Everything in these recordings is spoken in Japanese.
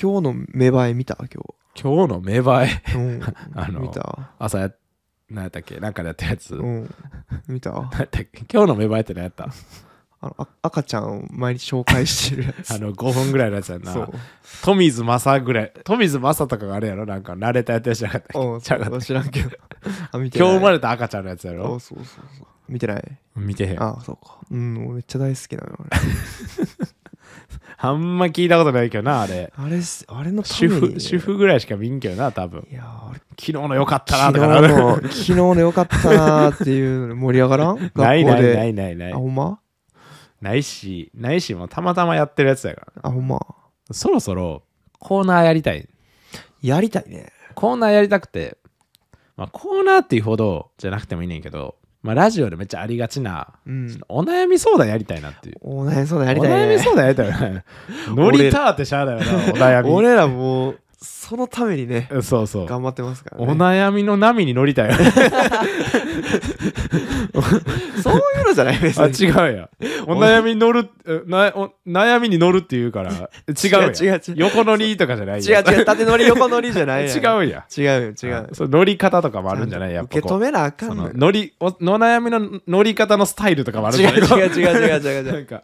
今日の芽生え見た今今日の芽生え日。うん、 あの見た。朝や何やったっけなんかでやったやつ、う何ん、見た。あやったっけ今日の芽生えって何やったあのあ赤ちゃんを毎日紹介してるやつ。の5分ぐらいのやつやん なそう。 富水正ぐらい富水正とかがあれやろなんか慣れたやつじゃなかったっけうん、ちゃうかった知らんけど。 あ、見て今ない。日生まれた赤ちゃんのやつやあろそうそうそう。見てない。見てへんあそうか。うん、俺めっちゃ大好きなの。あれあんま聞いたことないけどなあれあれす、あれのため主にね婦主。婦ぐらいしか見んけどな多分いやー、あれ昨日の良かったな昨と日かなの、昨日のよかったなーっていうの盛り上がらん学校で。 ないないないないないあ、ほんまないしないしもうたまたまやってるやつやからあ、ほんま。そろそろコーナーやりたいやりたいね。コーナーやりたくて、まあ、コーナーっていうほどじゃなくてもいいねんけど、まあ、ラジオでめっちゃありがちな、うん。お悩み相談やりたいなっていうお悩みそうだやりたいお悩みね。相談やりたいよね 乗りたーってしゃあだよなお悩み俺らもう、そのためにね、そうそう頑張ってますからおね。悩みの波に乗りたい よねそういうのじゃない別あに。違うや お悩みに乗るえなお悩みに乗るっていうから違うやん違う違う横乗りとかじゃない違うやん違う、縦乗り横乗りじゃないやん。 違うやん違うよ、違うよ。そう乗り方とかもあるんじゃないやっぱ受け止こうめなあかそんののよ。乗りおお悩みの乗り方のスタイルとかもあるん違じうゃな違いうう違う違う違う違 なうんか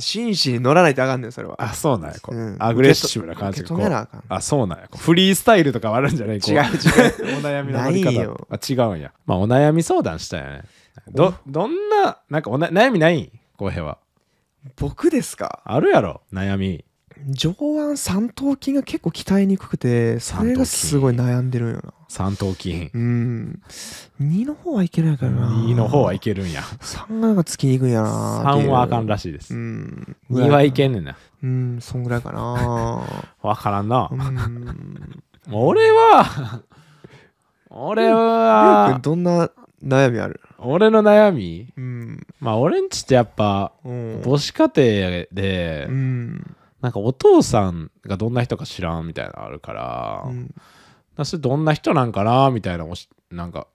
真摯に乗らないとあかんねんそれはあそうなんやこう、うんアグレッシブな感じ受けこ止うめなあかんあそうなんやこうフリースタイルとかもあるんじゃないこ違う違う お悩みの乗りない方よあ違うんやまあお悩み相談したよねどどんななんかおな悩みない浩平は僕ですかあるやろ悩み上腕三頭筋が結構鍛えにくくてそれがすごい悩んでるんよな三頭筋うん2の方はいけないからな2の方はいけるんや3がなんかつきにくいんやなっていう3はあかんらしいでうすん2はいけんねんなうんそんぐらいかなわからんなうん俺は俺りょうくんはどんな悩みある俺の悩みうんまあ俺んちってやっぱうん母子家庭でうんなんかお父さんがどんな人か知らんみたいなのあるからうだかんらそれどんな人なんかなみたいなのをしなんか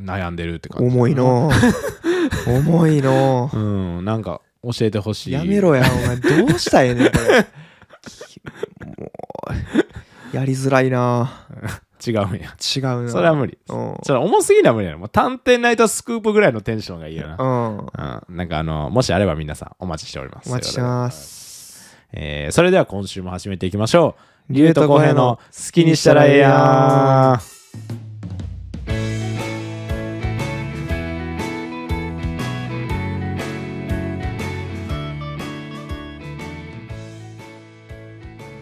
悩んでるって感じ重い の重いのうんなんか教えてほしいやめろや、お前。どうしたらええねん、これ。きもう、 やりづらいな違うんや違うな。それは無理うん。それ重すぎな無理やろもう探偵ナイトスクープぐらいのテンションがいいようなん。おうんなんかあの、もしあれば皆さんお待ちしております。待ちしてす。ます。えーそれでは今週も始めていきましょう。竜竜とと小小平平のの好きにしたらええやん。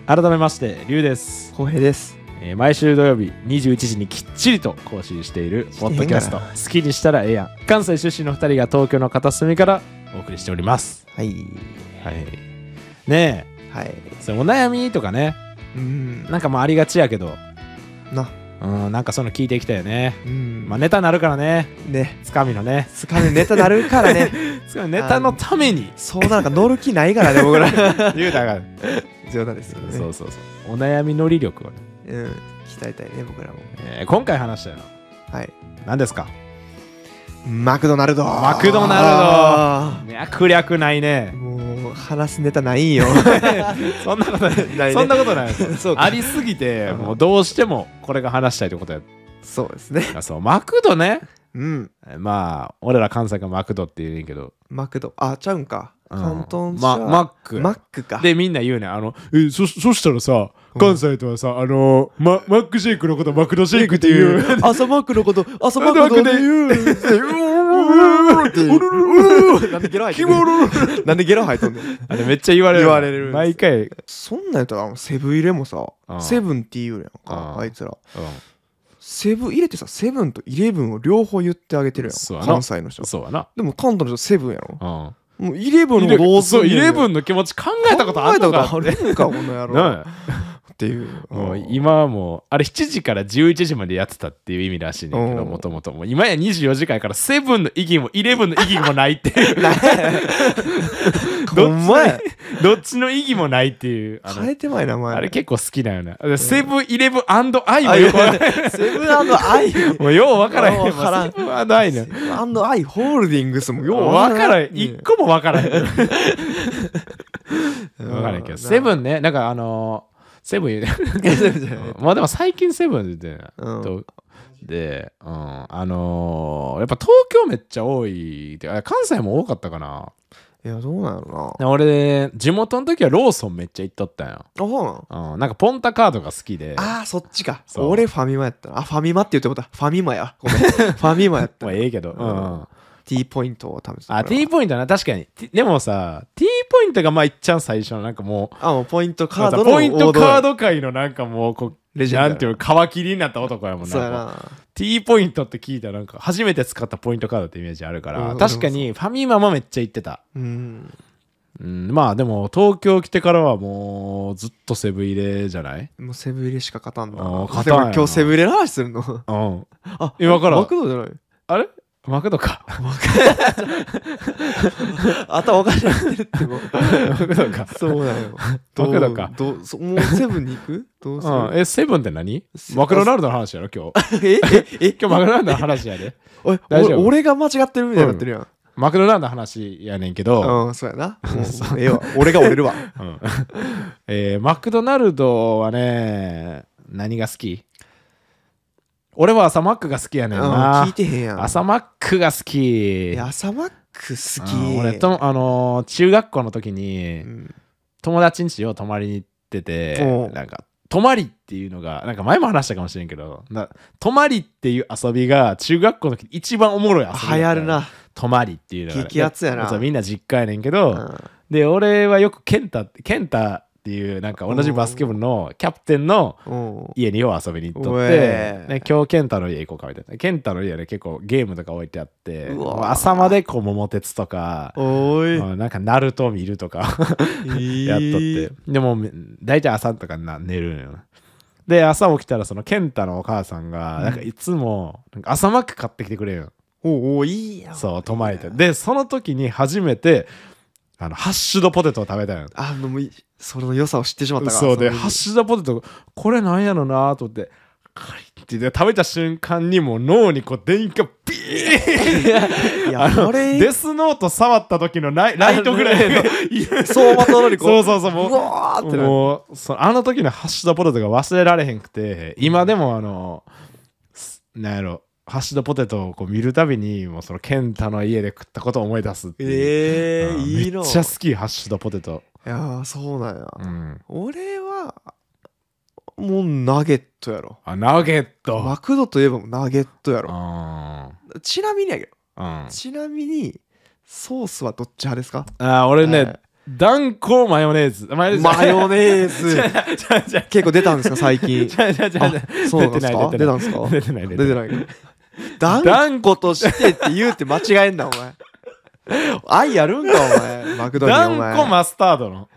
改めまして、竜です、浩平です。えー毎週土曜日21時にきっちりと更新しているポッドキャスト、してへんがな好きにしたらええやん。関西出身の2人が東京の片隅からお送りしております。はい。はい。ねはい。え、それお悩みとかね、うん。なんかまあありがちやけど、な。うん、なんかそういうの聞いていきたいよね。うん。まあネタなるからね、ね。つかみのね。つかみネタなるから ね。つかみネタのため に、そうなんか乗る気ないからね、僕ら。言うたが。冗談ですそけどうね。そうそう。お悩み乗り力をね、うん。鍛えたいね、僕らも。えー今回話したの、はい。何ですかマクドナルド。マクドナ脈略ないルね。もう、話すネタないんよ。 そんなことない。ないねそんなことないで す。そうあか。りすぎて、うんもうどうしてもこれが話したいということやっそうですね。た。そう、マクドね。うん。まあ、俺ら関西がマクドって言うねんけど。マクド。あ、ちゃうんか。うん関東ま、マック。マックか。でみんな言うねんあのえそそしたらさうん関西とはさ、あのママックシェイクのことマクドシェイクっていう。朝マックのこと、朝マッマッククでで言う。言うなんでゲロ入ってんモのなんでゲロ入っとんねん。あれめっちゃ言われる言われるんです毎回、うん、そんなんやったら、あのセブン入れもさう、んセブンって言うやんかう、んあいつら。セブン入れてさ、セブンとイレブンを両方言ってあげてるそうややん。な関西の人。そうやなでも関東の人セブンやろ。うんもうイレブンのどうすそんうねんイレブンの気持ち考えたことあんの考えたかことあるんか、この野郎。なあっていう。もう今はもうあれ7時から11時までやってたっていう意味らしいねんけどうんもともともう今や24時間やからセブンの意義もイレブンの意義もないっていうほんまや。どっちの意義もないっていうあの変えてまいな、前。あれ結構好きだよね。セブンイレブンアイもよくわからんセブンアイ。もうようわからへん。もうわからんセブンアイね。アンドアイホールディングスもよよううわからへん。一個もわからへん。わからへんけど。セブン ンね、なんかあのーセブン言うていやそうじゃないまあでも最近セブンで、うんとで、うん、あのーやっぱ東京めっちゃ多いってあ関西も多かったかないやどうなんやろで俺地元の時はローソンめっちゃ行っとったんよ、なあそうなんうん、なんかポンタカードが好きでああそっちかそう俺ファミマやったなあファミマって言ってもうたファミマやごめんファミマやったまあええけど、うんうんティーポイントを食べてたあ T ポイントな確かに T- でもさ T ポイントがまあいっちゃん最初のなんかもうあもうポイントカードのポイントカードド界のなんかもうこうレジェンドなんていうの皮切りになった男やもんそうやなな T ポイントって聞いたらなんか初めて使ったポイントカードってイメージあるから、うん確かにファミマもめっちゃ行ってた、うんうん、まあでも東京来てからはもうずっとセブン入れじゃないもうセブン入れしか勝たんなあー勝でたんやなも今日セブン入れの話するのうんあ今からマクドじゃないあれマク ドか頭おかしなってるってもマクドか そうだ よマクドかどうそもうセブンに行くどうする うん、えセブンって何セマクドナルドの話やろ今日えええ今日マクドナルドの 話やでおい大丈俺夫俺が間違ってるみたいになってるやんマクドナルドの話やねんけど、うんそうやなもうええわ俺が折れるわうん えーマクドナルドはね何が好き俺は朝マックが好きやうねんんな、聞いてへんやん朝マックが好きいや朝マック好うんき俺とあのー中学校の時にうん友達ん家を泊まりに行ってて、うんなんか泊まりっていうのがなんか前も話したかもしれんけどな泊まりっていう遊びが中学校の時一番おもろい遊びだった流行るな泊まりっていうのが激アツやなそうみんな実家やねんけど、うんで俺はよくケンタってケンタっていうなんか同じバスケ部のキャプテンのうん家によう遊びに行っとっうてえ、ね、今日ケンタの家行こうかみたいなケンタの家で結構ゲームとか置いてあってうわもう朝までこう桃鉄とか、おいうんなんかナルト見るとか や っとってでも大体朝とかな寝るのよで朝起きたらそのケンタのお母さんがうんなんかいつもなんか朝マック買ってきてくれるのおおいいやんそう泊まれてでその時に初めてあのハッシュドポテトを食べたのよあのもういその良さを知ってしまったからそうでのハッシュドポテトこれなんやろなと思ってカリッてで食べた瞬間にもう脳にこう電気がビーンいやあのこれデスノート触った時のライライトぐらいの相馬とのりこそうそうそうもううわーってなもうそあの時のハッシュドポテトが忘れられへんくて今でもあのすなんやろハッシュドポテトをこう見るたびにもうそのケンタの家で食ったことを思い出すっていう、えーうんいいのめっちゃ好きハッシュドポテト、いやーそうなんやうん、俺はもうナゲットやろあナゲット、マクドといえばもうナゲットやろあちなみにやけどうん、ちなみにソースはどっち派ですかあー俺ね、はい断固マヨネーズマヨネーズマヨネー ズじゃないじゃじゃ結構出たんですか最近 じゃじゃじゃじゃあそうなんですか出出てたなんですか 出てない出出ててないない断固としてって言うって間違えんなお前 愛やるんかお前マクドにお断前固マスタードの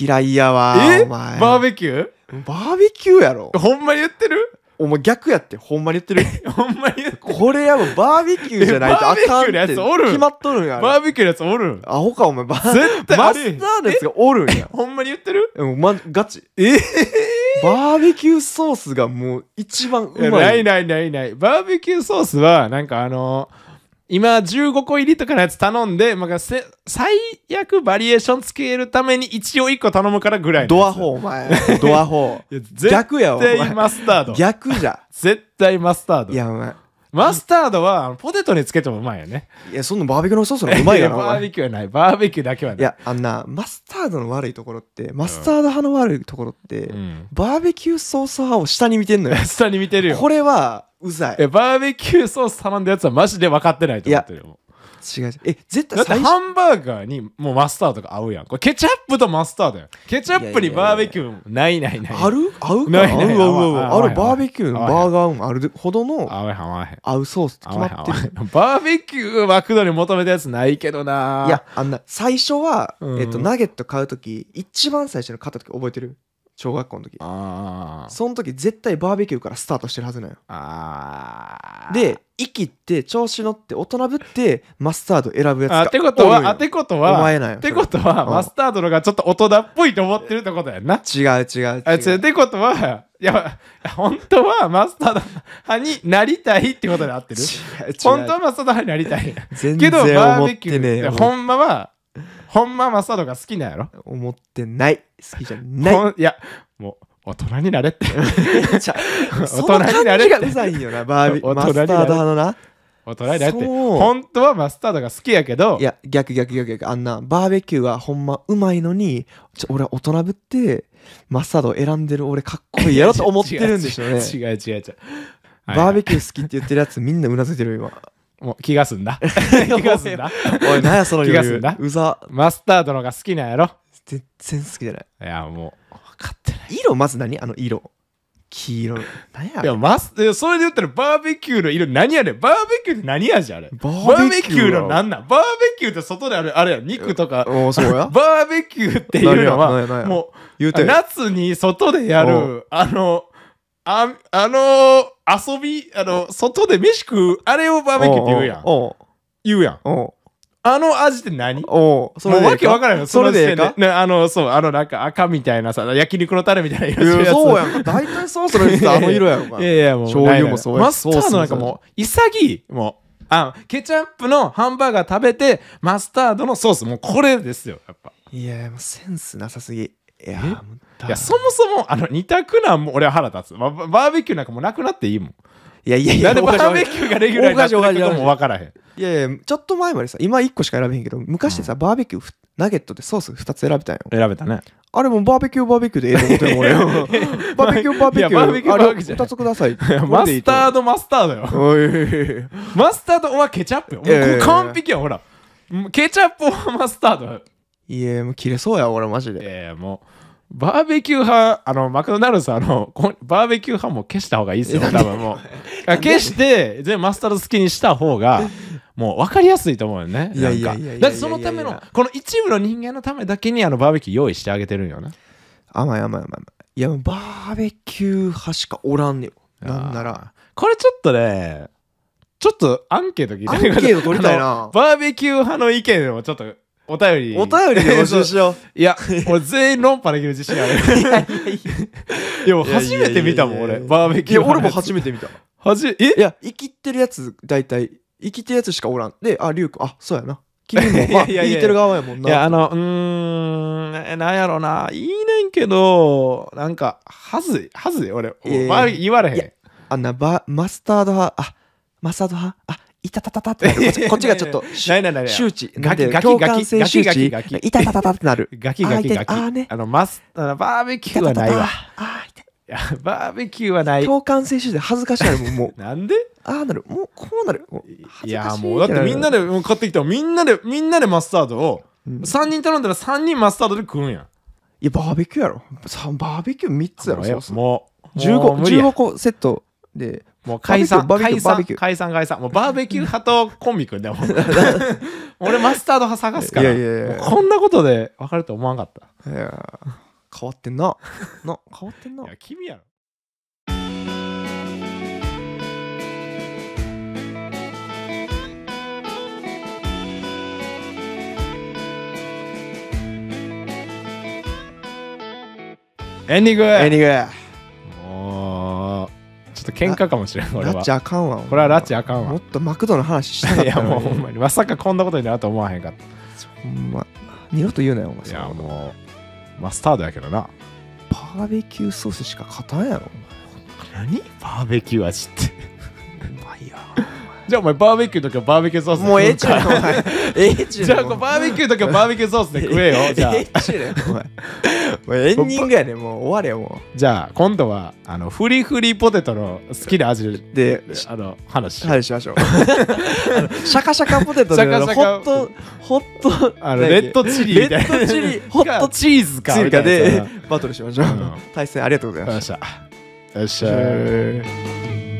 嫌いやわえお前バーベキュバーベキューやろーほんまに言ってるお前逆やってほんまに言ってる ほんまに言ってこれやもうバーベキューじゃないとあかんっえバーベキューのやてつおる決まっとるんやあれバーベキューのやつおるんアホかお前バー絶対あマるスターのやつがおるんやほんまに言ってるうんまガチえバーベキューソースがもう一番いうやまないいないないないバーベキューソースはなんかあの今15個入りとかのやつ頼んで、まあ、せ最悪バリエーションつけるために一応1個頼むからぐらいのドやアつホお前ドアホいや絶対逆やわお前マスタード逆じゃ絶対マスタードいやお前マスタードはあのポテトにつけてもうまいよねいやそんなバーベキューのソースの方がうまいよなおバー前ベキューはないバーベキューだけはないいやあんなマスタードの悪いところってマスタード派の悪いところって、うん、バーベキューソース派を下に見てんのよ下に見てるよこれはうざいいやバーベキューソース頼んだやつはマジで分かってないと思ってるよ違う違うえ絶だ対って最初ハンバーガーにもうマスタードが合うやんこれケチャップとマスタードやんケチャップにバーベキューないないないある合うかないない合う合う合う合わあないるバーベキューの合わないバーガーもあるほどの合わへん合わへん合うソースって決合わまへん合っわてへるんバーベキューマクドに求めたやつないけどないやあんな最初は、うんえっと、ナゲット買う時一番最初に買った時覚えてる小学校の時あーその時絶対バーベキューからスタートしてるはずなんよあーで息って調子乗って大人ぶってマスタード選ぶやつがあってことおるんはよあてことおは前なんよってことは、うんマスタードのがちょっと大人っぽいと思ってるってことやんな。違う違う違うあつってことは、いや、本当はマスタード派になりたいってことで合ってる違う違う本当はマスタード派になりたい。全けど、然バ思っーベキュてーねえいやほんまは、ほんまマサトが好きなんやろ思ってない好きじゃないほんいやもう大人になれってじゃ あその大人に感なれじってがうざいんよなバービ大ーマ人にスなタれード派のな大人になれってそう本当はマスタードが好きやけどいや逆逆逆逆あんなバーベキューはほんまうまいのにちょ俺は大人ぶってマスタードを選んでる俺かっこいいやろと思ってるんでしょうね 違う違う違う違うバーベキキュー好きって言ってるやつみんなうなずいてるよ今 ューもう気がす んだ気がすんだおい何やその余気がす裕んなうざマスタードのが好きなんやろ全然好きじゃないいやもう分かってない色まず何あの色黄色何やいやマスえそれで言ったらバーベキューの色何やねんバーベキューって何味あれババーベキューはのなんなんバーベキューって外であるあれやん肉とかおーそうやバーベキューっていうの何や何や何はやも言ううて夏に外でやおるあのああの遊びあの外で飯食うあれをバーベキューって言うやんおう言うやんおうあの味って何もおうそれうでええわけわからんよそれでええの時か点ねあのそうあのなんか赤みたいなさ焼肉のタレみたいない色して やるやつそうやんか大体そうそれさあの色やろか いやいやもう醤油もそうやマスタードなんかもう潔いもうあケチャップのハンバーガー食べてマスタードのソースもうこれですよやっぱいやもうセンスなさすぎいやえもうだいやそもそもあの二択なんも俺は腹立つ、まババーベキューなんかもうなくなっていいもんいやいやいやなんでおバかしいーベキューがレギュラーになっておかしいるおかしいおかしかいも分からへんいやいやちょっと前までさ今1個しか選べへんけど昔ってさ、バーベキューふナゲットでソース2つ選べたんよ選べたねあれもバーベキューバーベキューでええと思ってる俺 バーベキューバーベキューいやバーベキューあれバーベキューじゃな2いつください マスターードマスタードよ おいおいおいおいマスタードはケチャップよもいやいやいうや完璧よほらもうケチャップはマスタードよいやもう切れそうや俺マジでええもうバーベキュー派あのマクドナルドさんあのこバーベキュー派も消した方がいいですよえ多分もうあ消して全部マスタード好きにした方が もう分かりやすいと思うよねいやいやなんかいやいやいやいやだってそのためのこの一部の人間のためだけにあのバーベキュー用意してあげてるんよな甘い甘い甘い甘いいやもうバーベキュー派しかおらんねよなんならこれちょっとねちょっとアンケート聞いアてンみケてくださいート取りたいあなのバーベキュー派の意見をちょっとお便りお便りで募集しよ いや、俺全員論破できる自信あ る。いやいや、もう初めて見たもん、いやいや俺。いやいやバーベういキやューのやつ。俺も初めて見たいはじえや生きてるやつ大体生きてるやつしかおらんであリュウ君あそうやな君もまあいやいやいや生きてる側やもんいや、なあの、うーん、えなんやろな。いいねんけど、なんか、はずい、はずい、俺。いやいやバーベキュー言われへん。いやあんなバマスタード派あマスタード派あいたたたたってなるこっちこっちがちょっとしないないないない周知ガキなんてガキ共感性ガキ周ガキ知ガキいたたたたってなるガキガキガキ。あーねあの、マス、あのバーベキューはないわ。あー痛いいや、バーベキューはない。共感性周知で恥ずかしいなるもんもうなんでああなるもうこうなるもうい恥ずかやしもうだってみんなででもう買ってきたもんみんなでみんなでマスタードをうん3人頼んだら3人マスタードで食うんやんいやバーベキューやろさバーベキュー3つやもろうええそわうそうもうもう15無理や ,15 個セットでもう解散、バーベキュ解ーバーベ散キュ、ー解散、解散。もうバーベキュー派とコンビ 組んで、もう俺マスタード派探すから。いやいやいやもうこんなことで分かると思わんかった。いやー変わってんなな変わってんないや、君やろ。エンディングエニグもう、ちょっと喧嘩かもしれん、これラは。ッチあかんわこれはラチあかんわもっ。とマクドの話したかっ いやたのもうにほんまにまさかこんなことになると思わへんかっほんま二度と言うなよお前たいやもうマスタードやけどなバーベキューソースしか勝たんやろ何バーベキュー味ってお前うまいや じゃあお前バーベキューの時はバーベキューソースで食もうええんちゃねんお前ええちゅうじねんゃあこうバーベキューの時はバーベキューソースで食えよじゃあええちゅうねんお前もうエンディングやねんもう終われよもじゃあ今度はあのフリフリポテトの好きな味でうであの話、はいしましょうあのシャカシャカポテトでシャカシホッャカトホットあのレッドチリみたいなレッドチリホットチチーズかリみかたいなでやつだバトルしましょううん対戦ありがとうございなよまっししゃよっしたゃ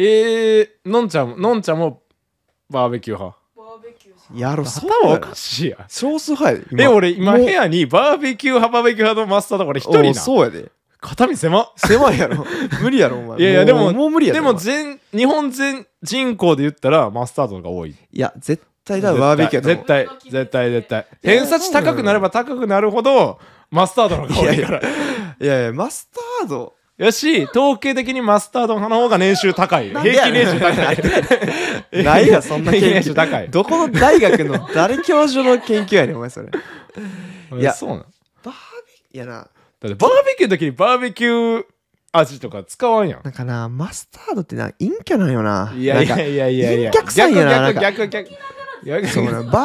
えー、のんちゃんものんちゃんもバーベキュー派バーベキューしやろそう頭おやかしいやん。少数派やでえ、俺今もう部屋にバーベキュー派バーベキュー派のマスターだから一人おうな。そうやで肩身狭っ狭いや ろ無理やろお前いやいやでももう無理やででもお前全日本全人口で言ったらマスタードの方が多い。いや絶対だバーベキューやと絶思う対絶対絶対偏差値高くなれば高くなるほどマスタードの方が多いからいやいやマスタードよし統計的にマスタードの方が年収高い平なんでや均ねん年収高 いないわそんな研究平均年収高 いどこの大学の誰教授の研究やねんお前それいやそうなのだバーベキューいやなってバーベキューの時にバーベキュー味とか使わんやんなんかなマスタードってな陰キャなんよないやいなんやかいやいやいや陰キャ臭いやな逆逆逆逆そうなバーいや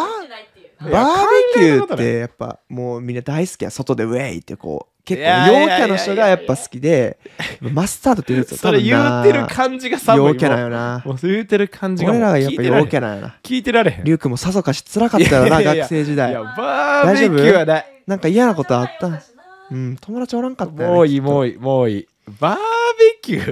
バーベキ考えたューことっないてやっぱもうみんな大好きや外でウェイってこう結構いやいやい陽やいキやャの人がやっぱ好き でマスタードって言うとそれ言うてる感じが寒い陽キャなんもよなうもう言うてる感じが俺らがやっぱ陽キャャなんよな聞いてられへんリュウ君もさぞかし辛かったよいやないやいや学生時いや代バーベキューはないなんか嫌なことあったうん友達おらんかったよねもういいきっもういいもういいバーベキュと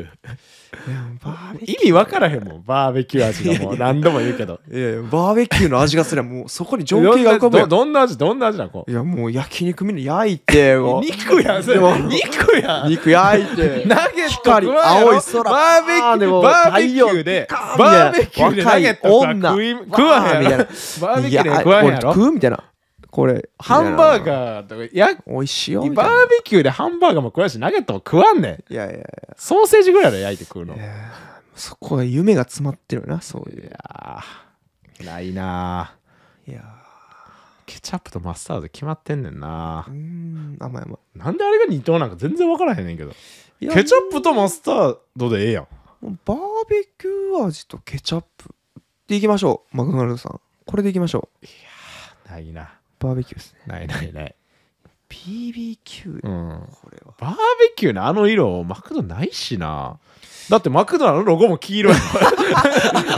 いやバーベーキュ意味わからへんもんバーベキュー味がもう何度も言うけどーいやいやバーベキューの味がすりゃもうそこに情景が浮かぶやどんどんな味どんな味なんこういやもう焼肉みんな焼いてもう肉やんそれでも肉やん肉焼いてナゲット光食わんやろ青い空バーベキあーでューもバーベキューで太陽バーベキューで若ナいゲットとか女食い食わへんやろわーみバーベキューでいや食わへんやこれろ食うみたいなこれハンバーーガーとかや美味しいよバーみベたいなキューでハンバーガーも食わんしナゲットも食わんねいんやいやいソーセージぐらいで焼いて食うのやいやそこは夢が詰まってるよなそういいうやーないなーいやケチャップとマスタード決まってんねんなーうーん甘い甘なんであれが二等なんか全然分からへんねんけどいいやケチャップとマスタードでええやんもうバーベキュー味とケチャップでいきましょうマクドナルドさんこれでいきましょうないなバーベキューですねないないない BBQ うんこれはバーベキューのあの色マクドないしなだってマクドナのロゴも黄 色い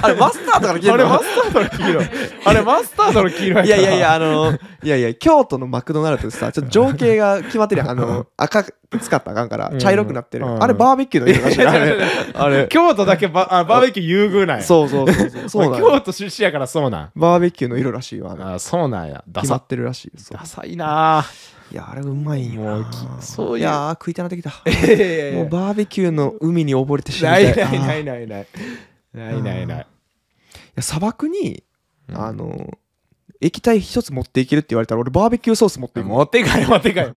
あれマスタードからあれマスタードの黄色いあれマスタードの黄色いいやいやいや、あの、いやいや、京都のマクドナルドってさ、ちょっと情景が決まってるやん。あの、赤く使ったらあかんからう、ん茶色くなってる。うんあれ、バーベキューの色だし い。あ違う違うれ、あれ京都だけバあバーベキュー優遇なんやそうそうそうそう。そうなん京や都出身やからそうなんバーベキューの色らしいわ。あれあそうなんやダ決まサってるらしいよ。そうダサいな ーいや、あれ、うまいんよもうなき。そういういやー、食いたなってきた。いやいやいやもうバーベキューの海に溺れて死になたいい。ないなあーいいないないないないないや砂漠に、うんあの、液体一つ持っていけるって言われたら、俺、バーベキューソース持っていくもん持ってかい持ってかい